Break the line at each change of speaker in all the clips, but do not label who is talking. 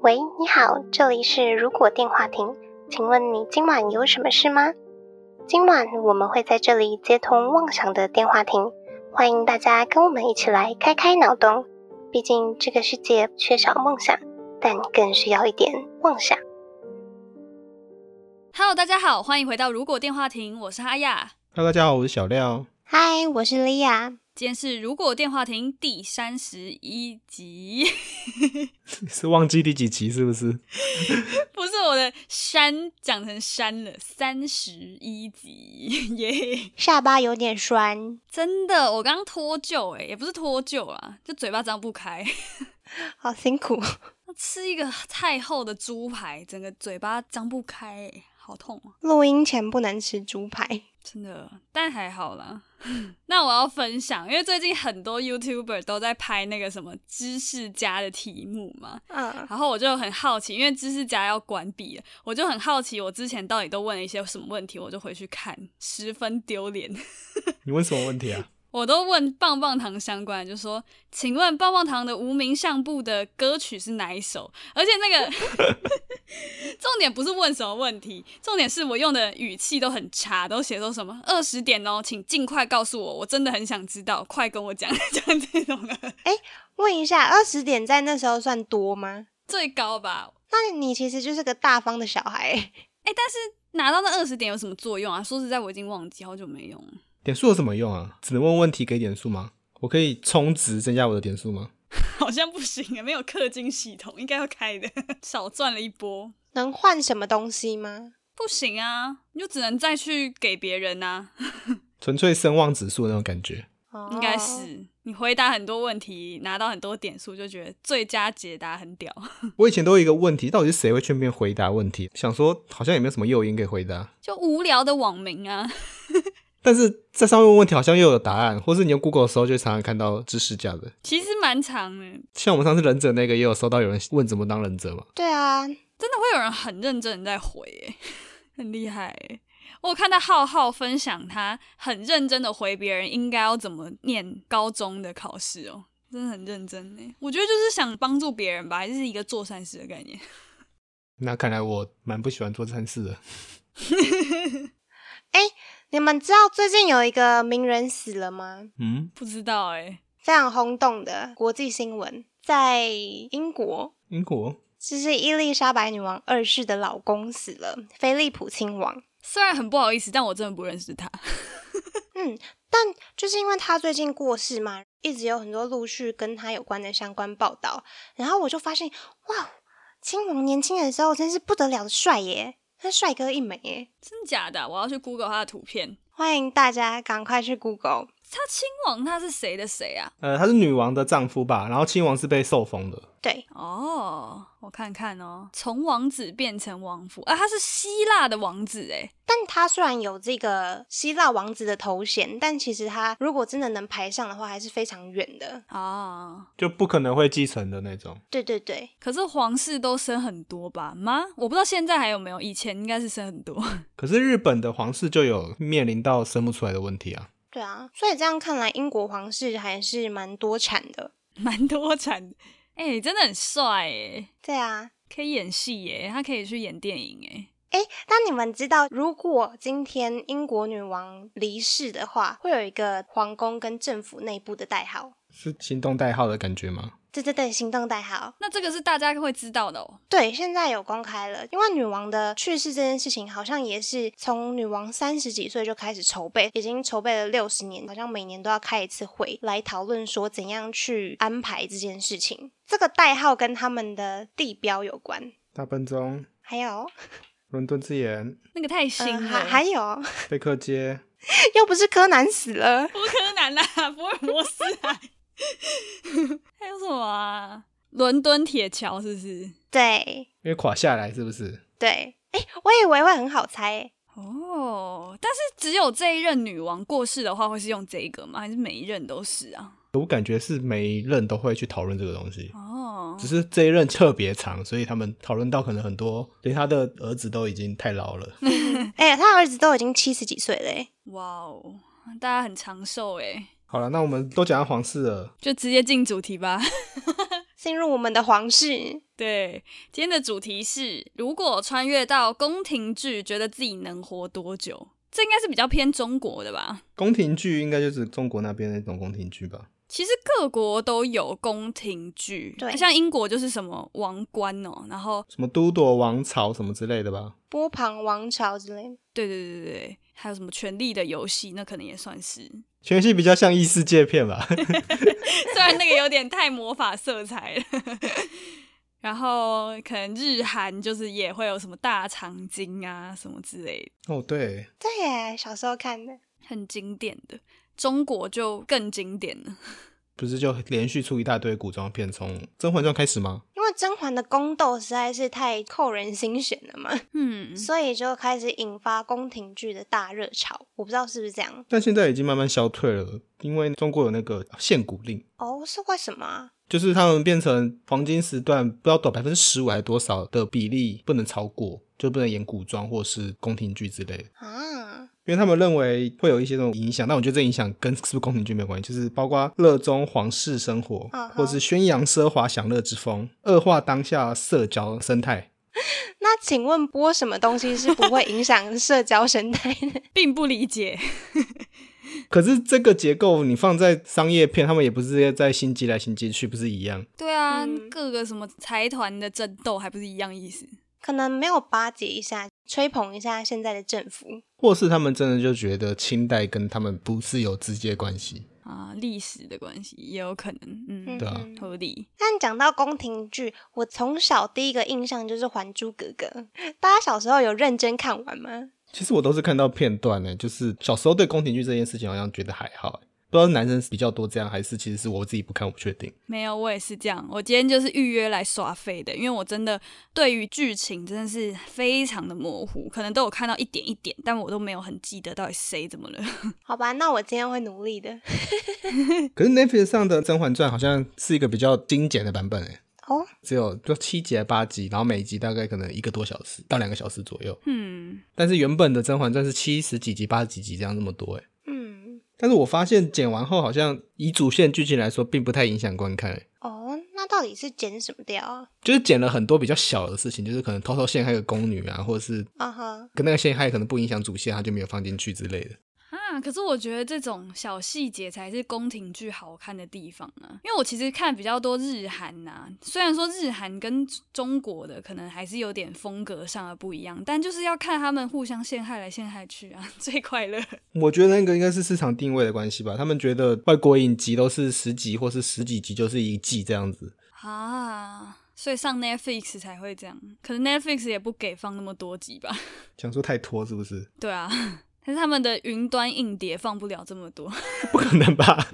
喂，你好，这里是如果电话亭，请问你今晚有什么事吗？今晚我们会在这里接通妄想的电话亭，欢迎大家跟我们一起来开开脑洞。毕竟这个世界缺少梦想，但更需要一点妄想。
Hello，大家好，欢迎回到《如果电话亭》，我是哈亚。
Hello，大家好，我是小 廖。
嗨，我是莉亚。
今天是《如果电话亭》第三十一集，
是忘记第几集是不是？
不是我的山讲成山了，三十一集 耶
下巴有点酸，
真的，我刚刚脱臼哎，也不是脱臼啊，就嘴巴张不开，
好辛苦。
吃一个太厚的猪排，整个嘴巴张不开欸，好痛啊！
录音前不能吃猪排。
真的，但还好啦。 那我要分享，因为最近很多 YouTuber 都在拍那个什么知识家的题目嘛，
嗯，
然后我就很好奇，因为知识家要关闭了，我就很好奇，我之前到底都问了一些什么问题，我就回去看，十分丢脸。
你问什么问题啊？
我都问棒棒糖相关的，就说：“请问棒棒糖的无名相簿的歌曲是哪一首？”而且那个重点不是问什么问题，重点是我用的语气都很差，都写说什么二十点哦，请尽快告诉我，我真的很想知道，快跟我讲， 讲这种的
问一下，二十点在那时候算多吗？
最高吧。
那你其实就是个大方的小孩，
哎、但是拿到那二十点有什么作用啊？说实在，我已经忘记好久没用了。
点数有什么用啊？只能问问题给点数吗？我可以充值增加我的点数吗？
好像不行啊，没有氪金系统，应该要开的， 少赚了一波。
能换什么东西吗？
不行啊，你就只能再去给别人呐、
纯粹声望指数那种感觉。
哦
应该是你回答很多问题，拿到很多点数，就觉得最佳解答很屌。
我以前都有一个问题，到底是谁会去那边回答问题？想说好像也没有什么诱因可以回答，
就无聊的网民啊，
但是在上面问问题好像又有答案，或是你用 Google 的时候就常常看到知识价的。
其实蛮长的，
像我们上次忍者那个也有收到有人问怎么当忍者嘛，
对啊，
真的会有人很认真地在回、欸， 很厉害、欸。我有看到浩浩分享他很认真的回别人应该要怎么念高中的考试哦，真的很认真呢、欸我觉得就是想帮助别人吧，还是一个做善事的概念。
那看来我蛮不喜欢做善事的。
你们知道最近有一个名人死了吗？
嗯，
不知道哎、
非常轰动的国际新闻，在英国，
英国
就是伊丽莎白女王二世的老公死了，菲利普亲王。
虽然很不好意思，但我真的不认识他。
嗯，但就是因为他最近过世嘛，一直有很多陆续跟他有关的相关报道，然后我就发现，哇，亲王年轻的时候真是不得了的帅耶，他帅哥一枚耶！
真的假的啊、我要去 Google 他的图片。
欢迎大家赶快去 Google，
他亲王他是谁的谁啊？
呃，他是女王的丈夫吧，然后亲王是被受封的。
对，
哦，我看看哦，从王子变成王夫啊，他是希腊的王子哎，
但他虽然有这个希腊王子的头衔，但其实他如果真的能排上的话，还是非常远的。
啊，
就不可能会继承的那种。
对对对，
可是皇室都生很多吧？妈，我不知道现在还有没有，以前应该是生很多。
可是日本的皇室就有面临到生不出来的问题啊。
对啊，所以这样看来，英国皇室还是蛮多产的。
蛮多产的，哎、真的很帅哎，
对啊，
可以演戏耶，他可以去演电影哎，
哎，但你们知道，如果今天英国女王离世的话，会有一个皇宫跟政府内部的代号，
是行动代号的感觉吗？
对对对，行动代号。
那这个是大家会知道的哦。
对，现在有公开了，因为女王的去世这件事情，好像也是从女王三十几岁就开始筹备，已经筹备了六十年，好像每年都要开一次会来讨论说怎样去安排这件事情。这个代号跟他们的地标有关，
大笨钟、
还有，
伦敦之眼、
那个太新
嗯、
了，
还还有，
贝克街，
又不是柯南死了。
不柯南啦、 福尔摩斯啊， 还有什么啊？伦敦铁桥是不是？
对
因为垮下来是不是？
对，哎，我以为会很好猜诶。
哦，但是只有这一任女王过世的话，会是用这一个吗？还是每一任都是啊？
我感觉是每一任都会去讨论这个东西，
哦
只，是这一任特别长，所以他们讨论到可能很多，连他的儿子都已经太老了。
哎、他儿子都已经七十几岁了、欸，
哇哦，大家很长寿诶，
好了，那我们都讲到皇室了，
就直接进主题吧。
进入我们的皇室。
对，今天的主题是：如果穿越到宫廷剧，觉得自己能活多久？这应该是比较偏中国的吧？
宫廷剧应该就是中国那边那种宫廷剧吧？
其实各国都有宫廷剧，
对
像英国就是什么王冠哦，然后
什么都铎王朝什么之类的吧？
波旁王朝之类的，
对对对对对，还有什么《权力的游戏》，那可能也算是，
全系比较像异世界片吧？
虽然那个有点太魔法色彩了。 然后可能日韩就是也会有什么大长今啊什么之类的。
哦，对，
对耶，小时候看的。
很经典的。中国就更经典了，
不是就连续出一大堆古装片，从《甄嬛传》开始吗？
因为甄嬛的宫斗实在是太扣人心弦了嘛，
嗯，
所以就开始引发宫廷剧的大热潮。我不知道是不是这样
但现在已经慢慢消退了，因为中国有那个限古令，
哦，是为什么啊？
就是他们变成黄金时段，不知道多百分之十五还是多少的比例不能超过，就不能演古装或是宫廷剧之类的。
啊，
因为他们认为会有一些这种影响，但我觉得这影响跟是不是宫廷剧没有关系，就是包括热衷皇室生活
嗯哼
或是宣扬奢华享乐之风，恶化当下社交生态。
那请问播什么东西是不会影 响社交生态的？
并不理解。
可是这个结构你放在商业片，他们也不是在心机来心机去，不是一样？
对啊，
嗯
各个什么财团的争斗还不是一样意思？
可能没有巴结一下，吹捧一下现在的政府。
或是他们真的就觉得清代跟他们不是有直接关系？
啊，历史的关系也有可能，嗯，
对啊
嗯哼
合理。
但讲到宫廷剧，我从小第一个印象就是《还珠格格》。大家小时候有认真看完吗？
其实我都是看到片段呢、就是小时候对宫廷剧这件事情好像觉得还好、欸，不知道是男生比较多这样，还是其实是我自己不看，我不确定。
没有，我也是这样。我今天就是预约来耍废的，因为我真的对于剧情真的是非常的模糊，可能都有看到一点一点，但我都没有很记得到底谁怎么了。
好吧，那我今天会努力的。
可是 Netflix 上的《甄嬛传》好像是一个比较精简的版本诶、欸
哦，
只有就七集还八集，然后每一集大概可能一个多小时到两个小时左右。
嗯，
但是原本的《甄嬛传》是七十几集、八十几集这样那么多诶、欸
嗯，
但是我发现剪完后，好像以主线剧情来说，并不太影响观看、欸。
哦，那到底是剪什么掉啊？
就是剪了很多比较小的事情，就是可能偷偷陷害个宫女啊，或者是
啊哈，
跟那个陷害可能不影响主线，他就没有放进去之类的。
啊，可是我觉得这种小细节才是宫廷剧好看的地方啊。因为我其实看比较多日韩呐、虽然说日韩跟中国的可能还是有点风格上的不一样，但就是要看他们互相陷害来陷害去啊， 最快乐。
我觉得那个应该是市场定位的关系吧，他们觉得外国影集都是十集或是十几集就是一季这样子，
啊，所以上 Netflix 才会这样，可能 Netflix 也不给放那么多集吧。
讲说太拖是不是？
对啊， 但是他们的云端硬碟放不了这么多。
不可能吧？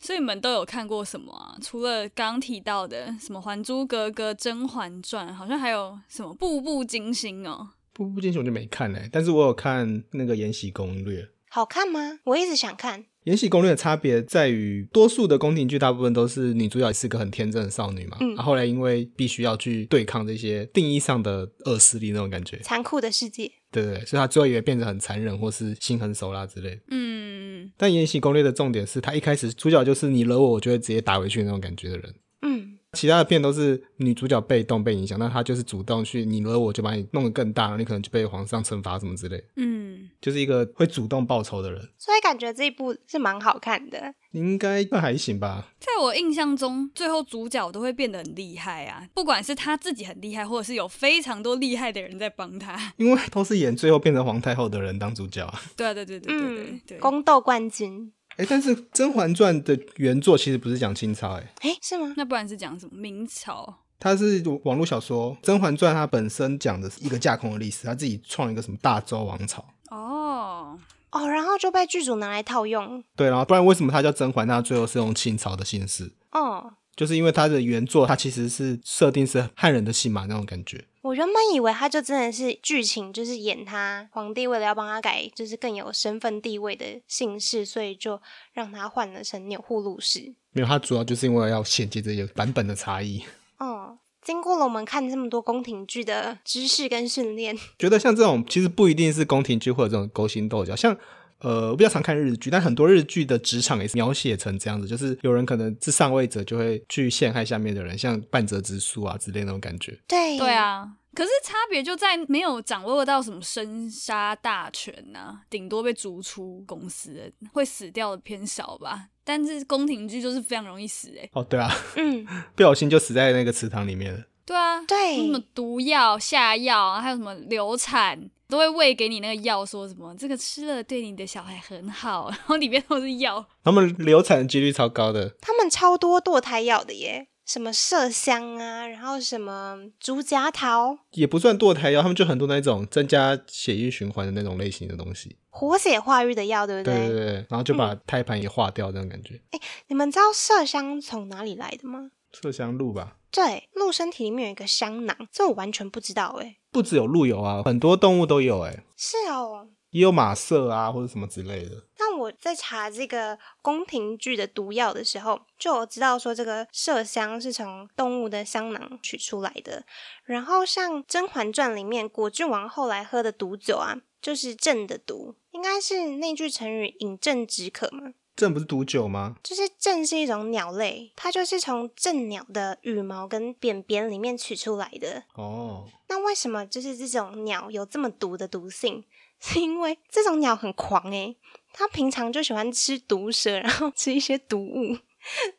所以你们都有看过什么啊？除了刚提到的什么《还珠格格》《甄嬛传》，好像还有什么《步步惊心》哦。
步步惊心我就没看嘞、欸但是我有看那个《延禧攻略》。《
好看吗？我一直想看。
延禧攻略》的差别在于，多数的宫廷剧大部分都是女主角是个很天真的少女嘛，
嗯
然后后来因为必须要去对抗这些定义上的恶势力那种感觉，
残酷的世界，
对对对，所以她最后也变得很残忍或是心狠手辣之类的。
嗯，
但《延禧攻略》的重点是，她一开始主角就是你惹我，我就会直接打回去那种感觉的人。
嗯，
其他的片都是女主角被动被影响，那她就是主动去你惹我就把你弄得更大，然后你可能就被皇上惩罚什么之类的，
嗯，
就是一个会主动报仇的人，
所以感觉这一部是蛮好看的。
应该算还行吧。
在我印象中，最后主角都会变得很厉害啊，不管是他自己很厉害，或者是有非常多厉害的人在帮他。
因为都是演最后变成皇太后的人当主角啊。
对啊，对对对对对
嗯
对，，
宫斗冠军，
哎，但是《甄嬛传》的原作其实不是讲清朝，哎，
诶，是吗？
那不然是讲什么明朝？
它是网络小说《甄嬛传》，它本身讲的是一个架空的历史，它自己创一个什么大周王朝。
哦，
哦，然后就被剧组拿来套用。
对，然后不然为什么它叫甄嬛？那它最后是用清朝的姓氏，
哦，
就是因为它的原作它其实是设定是汉人的姓嘛，那种感觉。
我原本以为他就真的是剧情，就是演他皇帝为了要帮他改，就是更有身份地位的姓氏，所以就让他换了成钮祜禄氏。
没有，它主要就是因为要衔接这些版本的差异。
哦，经过了我们看这么多宫廷剧的知识跟训练，
觉得像这种其实不一定是宫廷剧或者这种勾心斗角，像呃，我比较常看日剧，但很多日剧的职场也是描写成这样子，就是有人可能是上位者就会去陷害下面的人，像半泽直树啊之类那种感觉。
对
对，啊，可是差别就在没有掌握到什么生杀大权呐、啊顶多被逐出公司，会死掉的偏少吧。但是宫廷剧就是非常容易死欸诶、
哦，对啊，
嗯，
不小心就死在那个池塘里面了。
对啊，
对
什么毒药、下药，啊还有什么流产，都会喂给你那个药，说什么这个吃了对你的小孩很好， 然后里面都是药。
他们流产的几率超高的，
他们超多堕胎药的耶，什么麝香啊，然后什么竹夹桃、
也不算堕胎药，他们就很多那种增加血液循环的那种类型的东西。
活血化瘀的药，对不
对对对，对然后就把胎盘也化掉，那种感觉。
你们知道麝香从哪里来的吗？
麝香鹿吧，
对，鹿身体里面有一个香囊，这我完全不知道哎。
不只有鹿有啊，很多动物都有、欸，
是哦，
也有马麝啊或者什么之类的。
那我在查这个宫廷剧的毒药的时候，就有知道说这个麝香是从动物的香囊取出来的。然后像《甄嬛传》里面果郡王后来喝的毒酒啊，就是朕的毒，应该是那句成语“饮鸩止渴”嘛。
这不是毒酒吗？
就是鸩是一种鸟类，它就是从鸩鸟的羽毛跟便便里面取出来的。
哦，
那为什么就是这种鸟有这么毒的毒性？ 是因为这种鸟很狂诶、它平常就喜欢吃毒蛇，然后吃一些毒物，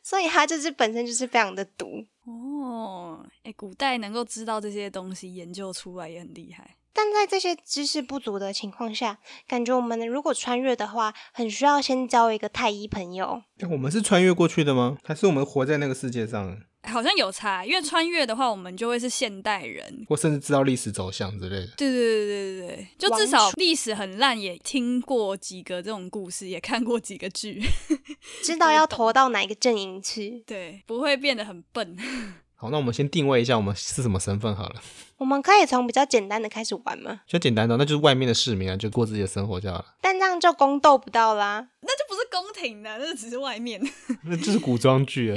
所以它就是本身就是非常的毒。
哦，哎，古代能够知道这些东西，研究出来也很厉害。
但在这些知识不足的情况下，感觉我们如果穿越的话，很需要先交一个太医朋友。
但哎我们是穿越过去的吗？还是我们活在那个世界上，
好像有差，因为穿越的话，我们就会是现代人。
或甚至知道历史走向之类的？
对对对对对对，就至少历史很烂，也听过几个这种故事，也看过几个 剧，
知道要投到哪一个阵营去。
对，不会变得很笨。
好，那我们先定位一下我们是什么身份好了，
我们可以从比较简单的开始玩嘛，
就简单的，那就是外面的市民啊，就过自己的生活就好了。
但这样就宫斗不到啦。
那就不是宫廷的，那只是外面。
那这是古装剧啊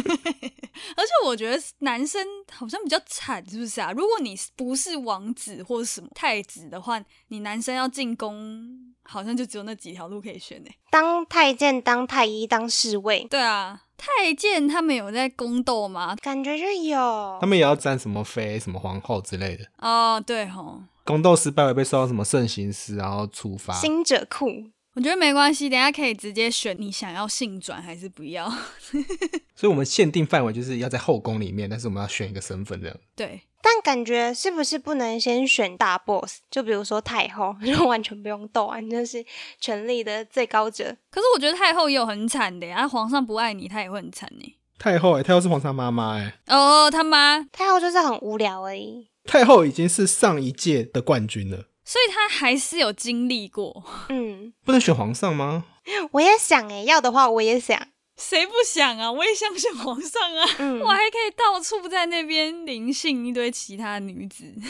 而且我觉得男生好像比较惨，是不是啊？如果你不是王子或什么太子的话，你男生要进宫，好像就只有那几条路可以选诶、
当太监、当太医、当侍卫，
对啊，太监他们有在宫斗吗？
感觉就有
他。们也要占什么妃、什么皇后之类的。
哦，对吼，
宫斗失败会被受到什么慎刑司，然后处罚。
新者库，
我觉得没关系，等一下可以直接选你想要性转还是不要。
所以我们限定范围就是要在后宫里面，但是我们要选一个身份这样。
对，
但感觉是不是不能先选大 boss？就比如说太后， 就完全不用斗啊，你就是权力的最高者。
可是我觉得太后也有很惨的、欸，啊，皇上不爱你，他也会很惨呢、
太后哎、太后是皇上妈妈哎、
哦，他妈，
太后就是很无聊而已。
太后已经是上一届的冠军了，
所以他还是有经历过，
嗯，
不能选皇上吗？
我也想诶、要的话我也想。
谁不想啊？我也想选皇上啊。
嗯
我，还可以到处在那边灵性一堆其他女子。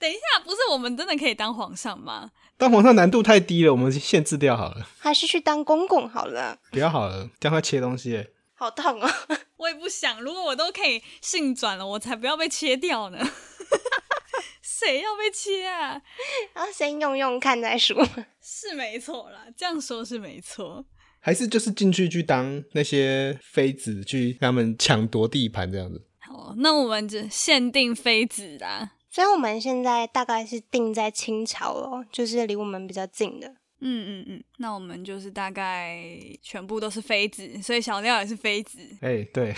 等一下，不是我们真的可以当皇上吗？
当皇上难度太低了，我们限制掉好了，
还是去当公公好了，
不要好了，这样会切东西、欸。
好痛哦。
我也不想，如果我都可以性转了，我才不要被切掉呢。 谁要被切啊？
然后先用用看再说。
是没错啦，这样说是没错。
还是就是进去去当那些妃子，去跟他们抢夺地盘这样子。
好，那我们就限定妃子啦。
所以我们现在大概是定在清朝咯，就是离我们比较近的。
嗯嗯嗯，那我们就是大概全部都是妃子，所以小廖也是妃子。
哎、对，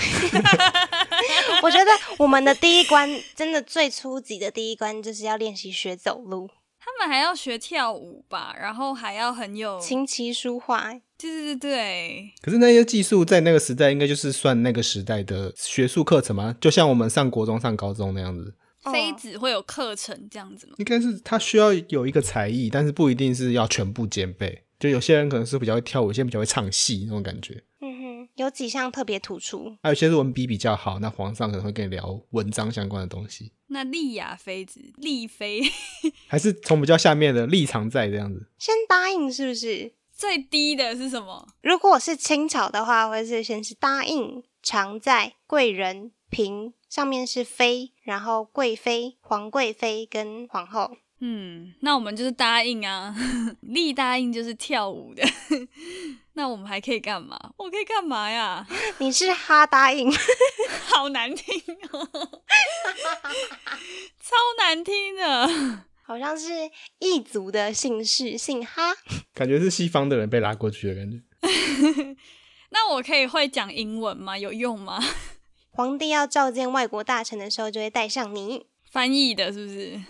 我觉得我们的第一关真的最初级的第一关就是要练习学走路，
他们还要学跳舞吧，然后还要很有
琴棋书画。
对对对对，
可是那些技术在那个时代应该就是算那个时代的学术课程嘛，就像我们上国中、上高中那样子，
哦
妃子会有课程这样子吗？
应该是他需要有一个才艺，但是不一定是要全部兼备。就有些人可能是比较会跳舞，有些人比较会唱戏那种感觉，
嗯哼，有几项特别突出。
还有些是文笔比较好，那皇上可能会跟你聊文章相关的东西，
那丽雅妃子，丽妃
还是从比较下面的立场在这样子。
先答应是不是？
最低的是什么？
如果我是清朝的话，会是先是答应、常在、贵人、嫔，上面是妃，然后贵妃、皇贵妃跟皇后。
嗯，那我们就是答应啊， 力答应就是跳舞的。 那我们还可以干嘛？我可以干嘛呀？
你是哈答应，
好难听哦， 超难听的。
好像是异族的姓氏，姓哈。
感觉是西方的人被拉过去的感觉。
那我可以会讲英文吗？有用吗？
皇帝要召见外国大臣的时候，就会带上你。
翻译的是不是？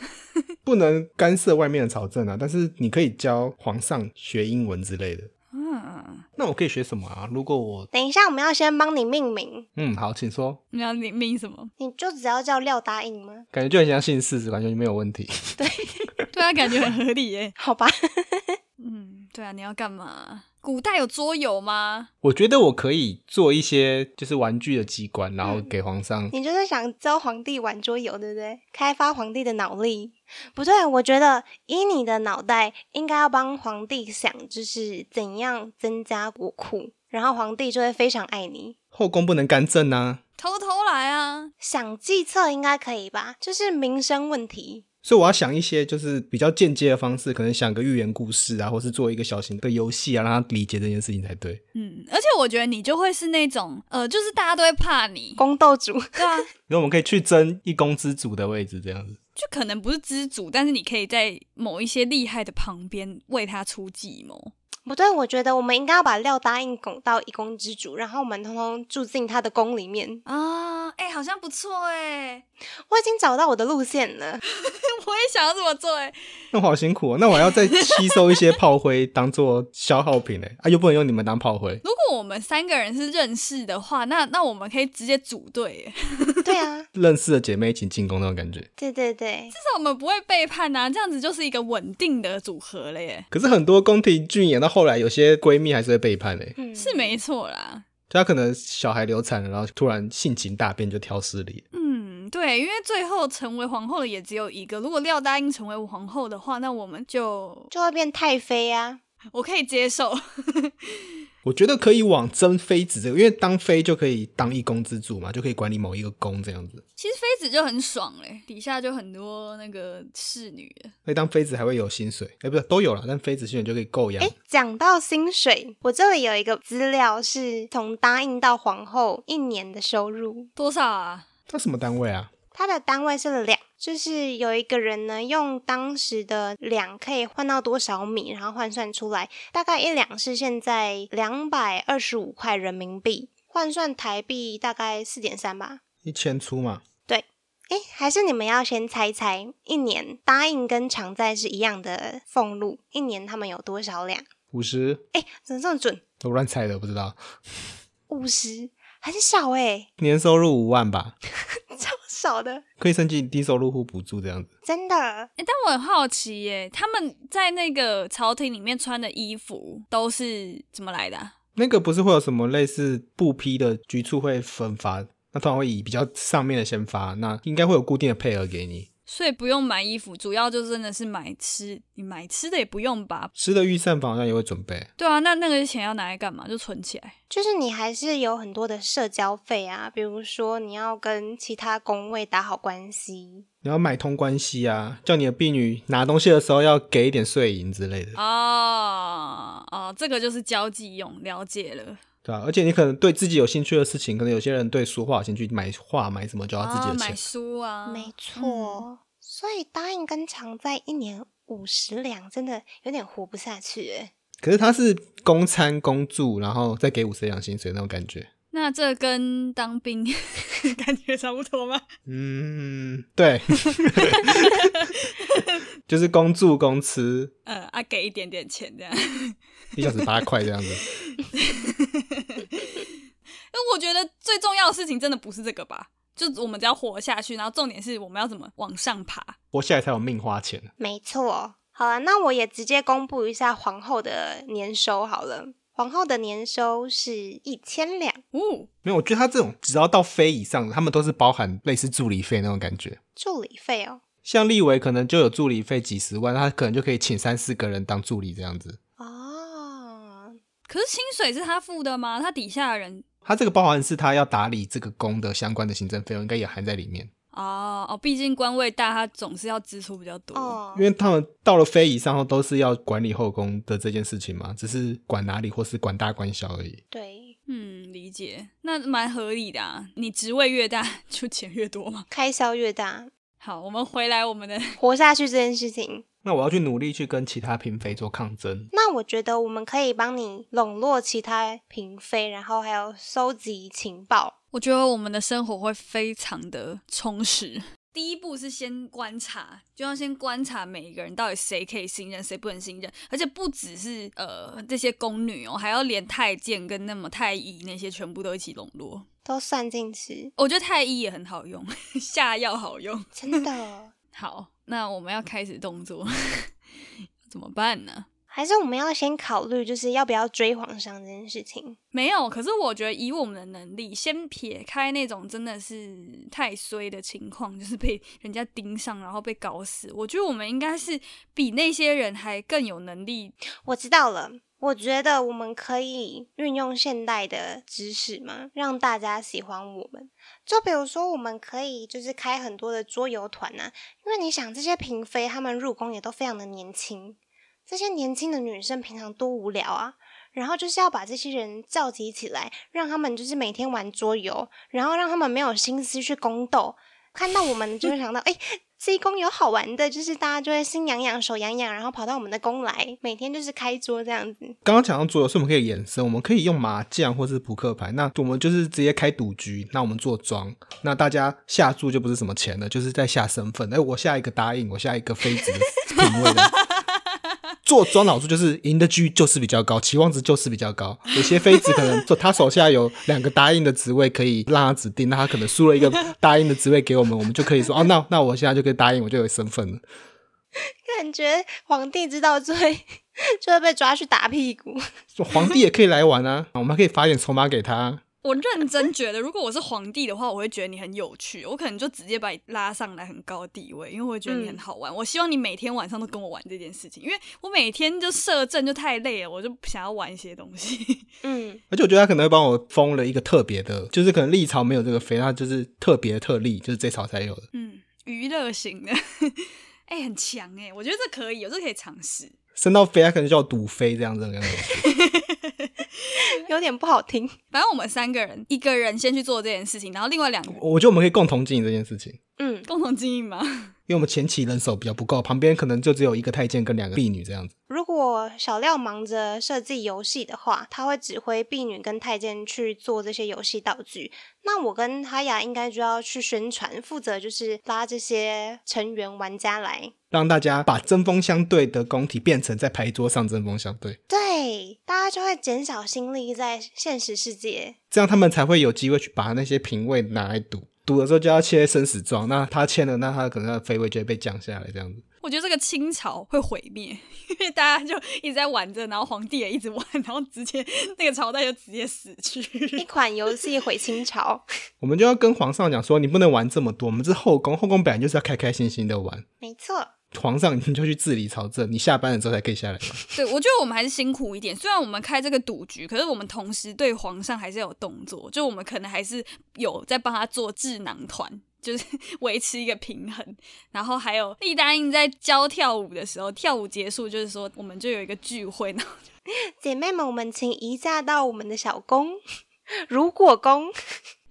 不能干涉外面的朝政啊，但是你可以教皇上学英文之类的。
嗯，
那我可以学什么啊？如果我
等一下，我们要先帮你命名，
嗯好，请说，
你要命命什么？
你就只要叫廖答应吗？
感觉就很像姓氏，完全没有问题。
对啊，感觉很合理耶。
好吧，
嗯，对啊，你要干嘛？古代有桌游吗？
我觉得我可以做一些就是玩具的机关，然后给皇上。
你就是想教皇帝玩桌游，对不对？开发皇帝的脑力。不对，我觉得以你的脑袋，应该要帮皇帝想，就是怎样增加国库，然后皇帝就会非常爱你。
后宫不能干政啊，
偷偷来啊！
想计策应该可以吧？就是民生问题，
所以我要想一些就是比较间接的方式，可能想个寓言故事啊，或是做一个小型的游戏啊，让他理解这件事情才对。
嗯，而且我觉得你就会是那种，呃，就是大家都会怕你，
宫斗主。
对啊，
然后我们可以去争一公之主的位置，这样子。
就可能不是知足，但是你可以在某一些厉害的旁边为他出计谋。
不对，我觉得我们应该要把廖答应拱到一宫之主，然后我们通通住进他的宫里面。
啊，哎、好像不错哎、
我已经找到我的路线了，
我也想要这么做哎、
那我好辛苦哦，那我还要再吸收一些炮灰当做消耗品嘞，啊，又不能用你们当炮灰。
如果我们三个人是认识的话，那那我们可以直接组队、欸，至
对啊，
认识的姐妹一起进攻那种感觉。
对对对，
少我们不会背叛呐、啊，这样子就是一个稳定的组合了耶、
可是很多宫廷剧演到后来，有些闺蜜还是会背叛嘞，
嗯，
是没错啦。
就她可能小孩流产了，然后突然性情大变，就挑事理。
嗯，对，因为最后成为皇后的也只有一个。如果廖答应成为皇后的话，那我们就
就会变太妃啊。
我可以接受。
我觉得可以往争妃子这个，因为当妃就可以当一宫之主嘛，就可以管理某一个宫这样子。
其实妃子就很爽嘞，底下就很多那个侍女了。
所以当妃子还会有薪水，哎、不是都有了，但妃子薪水就可以够养
哎。，讲到薪水，我这里有一个资料是从答应到皇后一年的收入，
多少啊？
那什么单位啊？
它的单位是两，就是有一个人呢，用当时的两可以换到多少米，然后换算出来，大概一两是现在两百二十五块人民币，换算台币大概四点三吧。
一千出嘛？
诶，还是你们要先猜猜，一年答应跟常在是一样的俸禄，一年他们有多少两？
五十？
诶，怎么这么准？
我乱猜的，不知道。
五十，很少诶，
年收入五万吧，
超少的，
可以申请低收入户补助这样子。
真的。
哎、但我很好奇耶，他们在那个朝廷里面穿的衣服都是怎么来的啊、
那个不是会有什么类似布批的局处会分发？那通常会以比较上面的先发，那应该会有固定的配额给你。
所以不用买衣服，主要就真的是买吃，你买吃的也不用吧？
吃的预算房好像也会准备，
对啊，那那个钱要拿来干嘛？就存起来。
就是你还是有很多的社交费啊，比如说你要跟其他工位打好关系，
你要买通关系啊，叫你的婢女拿东西的时候要给一点碎银之类的，
哦哦，这个就是交际用，了解了。
对吧、而且你可能对自己有兴趣的事情，可能有些人对书画有兴趣，买画买什么就要自己
啊
的
买
钱。
书啊，
没错。嗯所以答应跟常在一年五十两，真的有点活不下去哎。
可是他是公餐公住，然后再给五十两薪水那种感觉。
那这跟当兵 感觉差不多吗？
嗯，对， 就是公住公吃，
呃，啊，给一点点钱这样。
一小时八块这样子。
那我觉得最重要的事情真的不是这个吧？就我们只要活下去，然后重点是我们要怎么往上爬。
活下来才有命花钱。
没错，好了，那我也直接公布一下皇后的年收好了。皇后的年收是一千两，
哦，
没有，我觉得他这种只要到非以上的，他们都是包含类似助理费那种感觉。
助理费哦。
像立维可能就有助理费几十万，他可能就可以请三四个人当助理这样子。
哦，
可是薪水是他付的吗？他底下的人
他这个包含是他要打理这个宫的相关的行政费用，应该也含在里面。
哦哦，毕竟官位大，他总是要支出比较多。
哦
因，为他们到了妃以上后都是要管理后宫的这件事情嘛，只是管哪里或是管大管小而已。
对，
嗯，理解，那蛮合理的、啊。你职位越大， 就钱越多嘛。
开销越大，
好，我们回来我们的
活下去这件事情。
那我要去努力去跟其他嫔妃做抗争。
那我觉得我们可以帮你笼络其他嫔妃，然后还有收集情报。
我觉得我们的生活会非常的充实。第一步是先观察，就要先观察每一个人到底谁可以信任，谁不能信任，而且不只是呃这些宫女哦，还要连太监跟那么太医那些全部都一起笼络。
都算进去，
我觉得太医也很好用， 下药好用。
真的。
好，那我们要开始动作， 怎么办呢？
还是我们要先考虑，就是要不要追皇上这件事情。
没有，可是我觉得以我们的能力，先撇开那种真的是太衰的情况，就是被 人家盯上然后被搞死，我觉得我们应该是比那些人还更有能力。
我知道了，我觉得我们可以运用现代的知识嘛，让大家喜欢我们。就比如说，我们可以就是开很多的桌游团呐、因为你想，这些嫔妃她们入宫也都非常的年轻，这些年轻的女生平常多无聊啊。然后就是要把这些人召集起来，让他们就是每天玩桌游，然后让他们没有心思去宫斗。看到我们就会想到，哎、这一宫有好玩的，就是大家就会心痒痒、手痒痒，然后跑到我们的宫来，每天就是开桌这样子。
刚刚讲到桌游，所以我们可以延伸，我们可以用麻将或是扑克牌。那我们就是直接开赌局，那我们做庄，那大家下注就不是什么钱了，就是在下身份。哎，我下一个答应，我下一个妃子的品位的。做庄老师就是赢的几率就是比较高，期望值就是比较高。有些妃子可能说她手下有两个答应的职位可以让她指定，那她可能输了一个答应的职位给我们，我们就可以说哦，那那我现在就可以答应，我就有身份了。
感觉皇帝知道罪就会被抓去打屁股。
说皇帝也可以来玩啊， 我们还可以发点筹码给他。
我认真觉得，如果我是皇帝的话，我会觉得你很有趣，我可能就直接把你拉上来很高的地位，因为我会觉得你很好玩。我希望你每天晚上都跟我玩这件事情，因为我每天就摄政就太累了，我就想要玩一些东西。
嗯，
而且我觉得他可能会帮我封了一个特别的，就是可能历朝没有这个妃，他就是特别特例，就是这朝才有的。
嗯，娱乐型的， 哎、很强哎、我觉得这可以，我这可以尝试。
升到妃，他可能叫赌妃这样子的感觉。
有点不好听。
反正我们三个人，一个人先去做这件事情，然后另外两个人
我觉得我们可以共同经营这件事情，
嗯，
共同经营嘛。
因为我们前期人手比较不够，旁边可能就只有一个太监跟两个婢女这样子。
如果小廖忙着设计游戏的话，他会指挥婢女跟太监去做这些游戏道具。那我跟哈雅应该就要去宣传，负责就是拉这些成员玩家来。
让大家把针锋相对的宫体变成在牌桌上针锋相对，
对，大家就会减少心力在现实世界。
这样他们才会有机会去把那些嫔位拿来赌。赌的时候就要切生死状，那他签了，那他可能他的妃位就会被降下来这样子。
我觉得这个清朝会毁灭， 因为大家就一直在玩着，然后皇帝也一直玩，然后直接那个朝代就直接死
一
去。
款游戏毁清朝，
我们就要跟皇上讲说，你不能玩这么多，我们是后宫，后宫本来就是要开开心心的玩。
没错。
皇上你就去治理朝政，你下班了之后才可以下来嘛。
对，我觉得我们还是辛苦一点。虽然我们开这个赌局，可是我们同时对皇上还是有动作，就我们可能还是有在帮他做智囊团。就是维持一个平衡，然后还有丽答应在教跳舞的时候，跳舞结束就是说我们就有一个聚会，然后
姐妹们，我们请移驾到我们的小宫如果宫。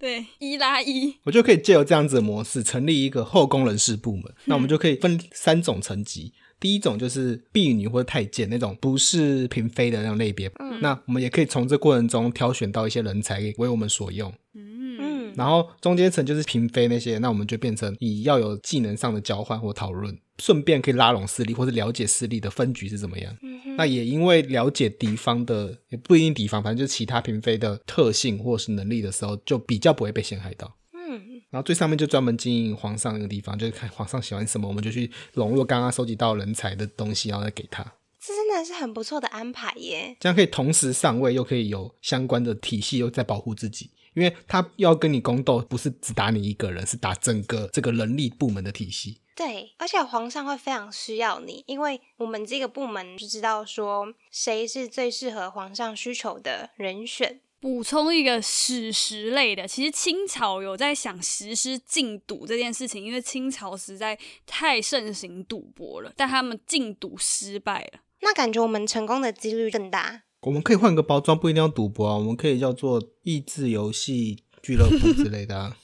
对一拉一，
我就可以借由这样子的模式，成立一个后宫人事部门。那我们就可以分三种层级。第一种就是婢女或太监那种不是嫔妃的那种类别，那我们也可以从这过程中挑选到一些人才为我们所用。
嗯，
嗯，
然后中间层就是嫔妃那些，那我们就变成以要有技能上的交换或讨论，顺便可以拉拢势力或是了解势力的分局是怎么样。那也因为了解敌方的，也不一定敌方，反正就是其他嫔妃的特性或是能力的时候，就比较不会被陷害到。
嗯，
然后最上面就专门经营皇上那个地方，就是看皇上喜欢什么，我们就去笼络刚刚收集到人才的东西，然后再给他，
这真的是很不错的安排耶。
这样可以同时上位，又可以有相关的体系，又在保护自己。因为他要跟你宫斗，不是只打你一个人，是打整个这个人力部门的体系。
对，而且皇上会非常需要你，因为我们这个部门就知道说谁是最适合皇上需求的人选。
补充一个史实类的，其实清朝有在想实施禁赌这件事情，因为清朝实在太盛行赌博了，但他们禁赌失败了。
那感觉我们成功的几率更大。
我们可以换个包装，不一定要赌博啊，我们可以叫做益智游戏俱乐部之类的、 啊。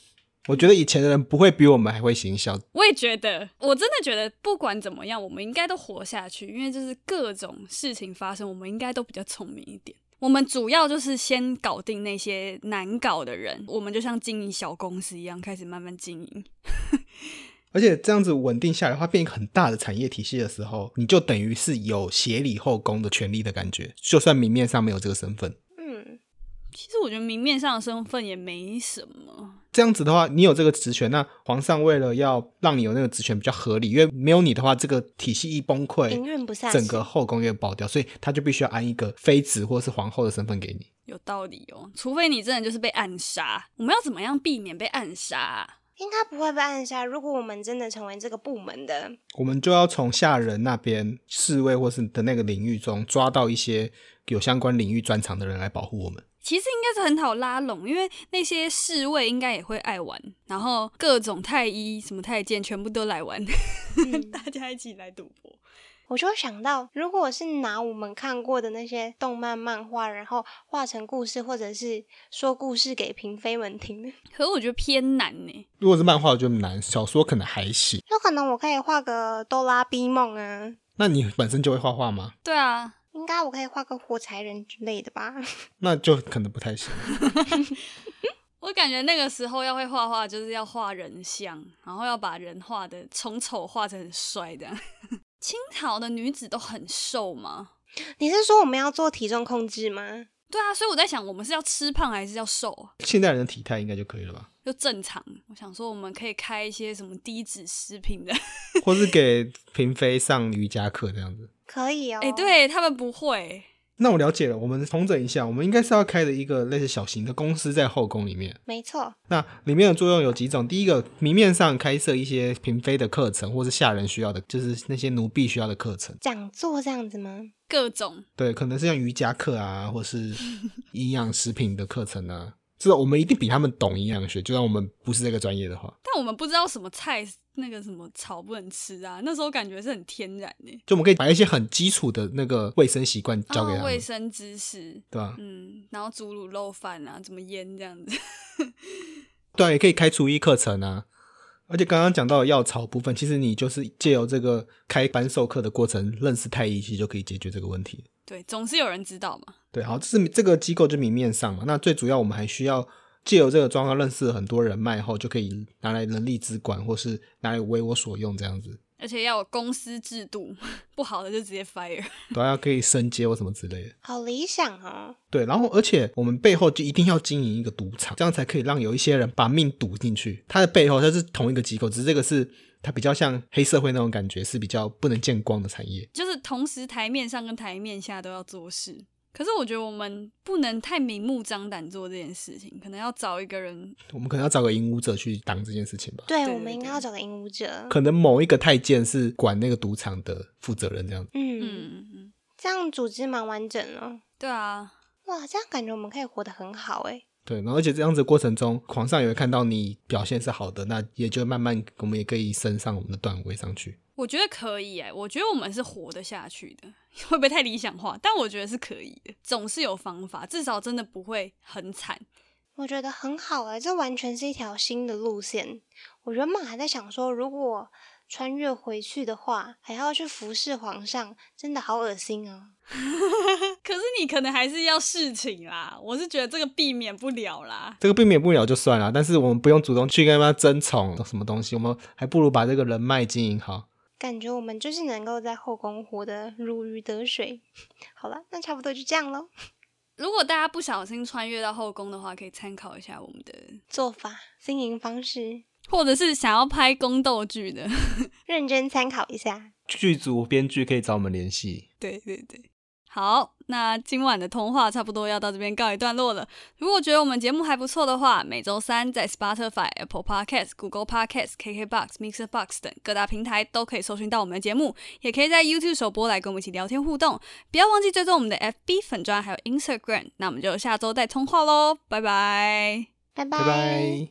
我觉得以前的人不会比我们还会行销，
我也觉得，我真的觉得不管怎么样，我们应该都活下去，因为就是各种事情发生，我们应该都比较聪明一点。我们主要就是先搞定那些难搞的人，我们就像经营小公司一样，开始慢慢经营。
而且这样子稳定下来的话，变一个很大的产业体系的时候，你就等于是有协理后宫的权利的感觉，就算明面上没有这个身份。
嗯，
其实我觉得明面上的身份也没什么，
这样子的话，你有这个职权，那皇上为了要让你有那个职权比较合理，因为没有你的话，这个体系一崩
营
溃，
运不下去，
整个后宫也爆掉，所以他就必须要安一个妃子或是皇后的身份给你。
有道理哦。除非你真的就是被暗杀，我们要怎么样避免被暗杀啊、
应该不会被暗杀。如果我们真的成为这个部门的，
我们就要从下人那边侍卫或是的那个领域中抓到一些有相关领域专长的人来保护我们。
其实应该是很好拉拢，因为那些侍卫应该也会爱玩，然后各种太医、什么太监全部都来玩，
嗯
大家一起来赌博。
我就会想到，如果是拿我们看过的那些动漫、漫画，然后画成故事，或者是说故事给嫔妃们听，
可我觉得偏难呢，
如果是漫画我就难，小说可能还行。
有可能我可以画个哆啦 A 梦啊，
那你本身就会画画吗？
对啊，
应该我可以画个火柴人之类的吧。
那就可能不太行。
我感觉那个时候要会画画，就是要画人像，然后要把人画的从丑画成很帅这样。 清朝的女子都很瘦吗？
你是说我们要做体重控制吗？
对啊，所以我在想，我们是要吃胖还是要瘦啊？
现代人的体态应该就可以了吧？
就正常。我想说，我们可以开一些什么低脂食品的。
或是给嫔妃上瑜伽课这样子。
可以哦。
哎、，对他们不会，
那我了解了，我们重整一下，我们应该是要开的一个类似小型的公司在后宫里面。
没错，
那里面的作用有几种，第一个，明面上开设一些嫔妃的课程，或是下人需要的，就是那些奴婢需要的课程。
讲座这样子吗？
各种
对，可能是像瑜伽课啊，或是营养食品的课程啊。这种我们一定比他们懂营养学，就算我们不是这个专业的话，
但我们不知道什么菜那个什么草不能吃啊，那时候感觉是很天然欸的、
就我们可以把一些很基础的那个卫生习惯教给
哦
他们，
卫生知识，
对吧？
嗯，然后煮卤肉饭啊，怎么腌这样子，
对啊，也可以开厨艺课程啊。而且刚刚讲到的药草部分，其实你就是借由这个开班授课的过程，认识太医，其实就可以解决这个问题。
对，总是有人知道嘛。
对，好，这是这个机构就明面上嘛。那最主要，我们还需要借由这个状况认识很多人脉后，就可以拿来人力资管，或是拿来为我所用这样子。
而且要有公司制度， 不好的就直接 fire。
对啊，要可以升阶或什么之类的。
好理想哦。
对，然后而且我们背后就一定要经营一个赌场，这样才可以让有一些人把命赌进去。它的背后它是同一个机构，只是这个是它比较像黑社会那种感觉，是比较不能见光的产业。
就是同时台面上跟台面下都要做事。可是我觉得我们不能太明目张胆做这件事情，可能要找一个人，
我们可能要找个引武者去挡这件事情吧。
对，
对
我们应该
对
要找个引舞者。
可能某一个太监是管那个赌场的负责人这样子。
嗯，
嗯，嗯
这样组织蛮完整了。
对啊，
哇，这样感觉我们可以活得很好哎。
对，然后而且这样子的过程中，皇上也会看到你表现是好的，那也就慢慢我们也可以升上我们的段位上去。
我觉得可以哎、我觉得我们是活得下去的， 会不会太理想化？但我觉得是可以的，总是有方法，至少真的不会很惨。
我觉得很好哎，这完全是一条新的路线。我原本还在想说，如果穿越回去的话，还要去服侍皇上，真的好恶心哦。
可是你可能还是要侍寝啦，我是觉得这个避免不了啦。
这个避免不了就算了，但是我们不用主动去跟他争宠什么东西，我们还不如把这个人脉经营好。
感觉我们就是能够在后宫活得如鱼得水。好了，那差不多就这样喽。
如果大家不小心穿越到后宫的话，可以参考一下我们的，
做法、经营方式，
或者是想要拍宫斗剧的。
认真参考一下。
剧组编剧可以找我们联系。
对对对，好，那今晚的通话差不多要到这边告一段落了。如果觉得我们节目还不错的话，每周三在 Spotify、Apple Podcast、Google Podcast、KKBox、Mixer Box 等各大平台都可以搜寻到我们的节目，也可以在 YouTube 首播来跟我们一起聊天互动。不要忘记追踪我们的 FB 粉砖还有 Instagram。那我们就下周再通话喽，拜拜。
拜
拜拜。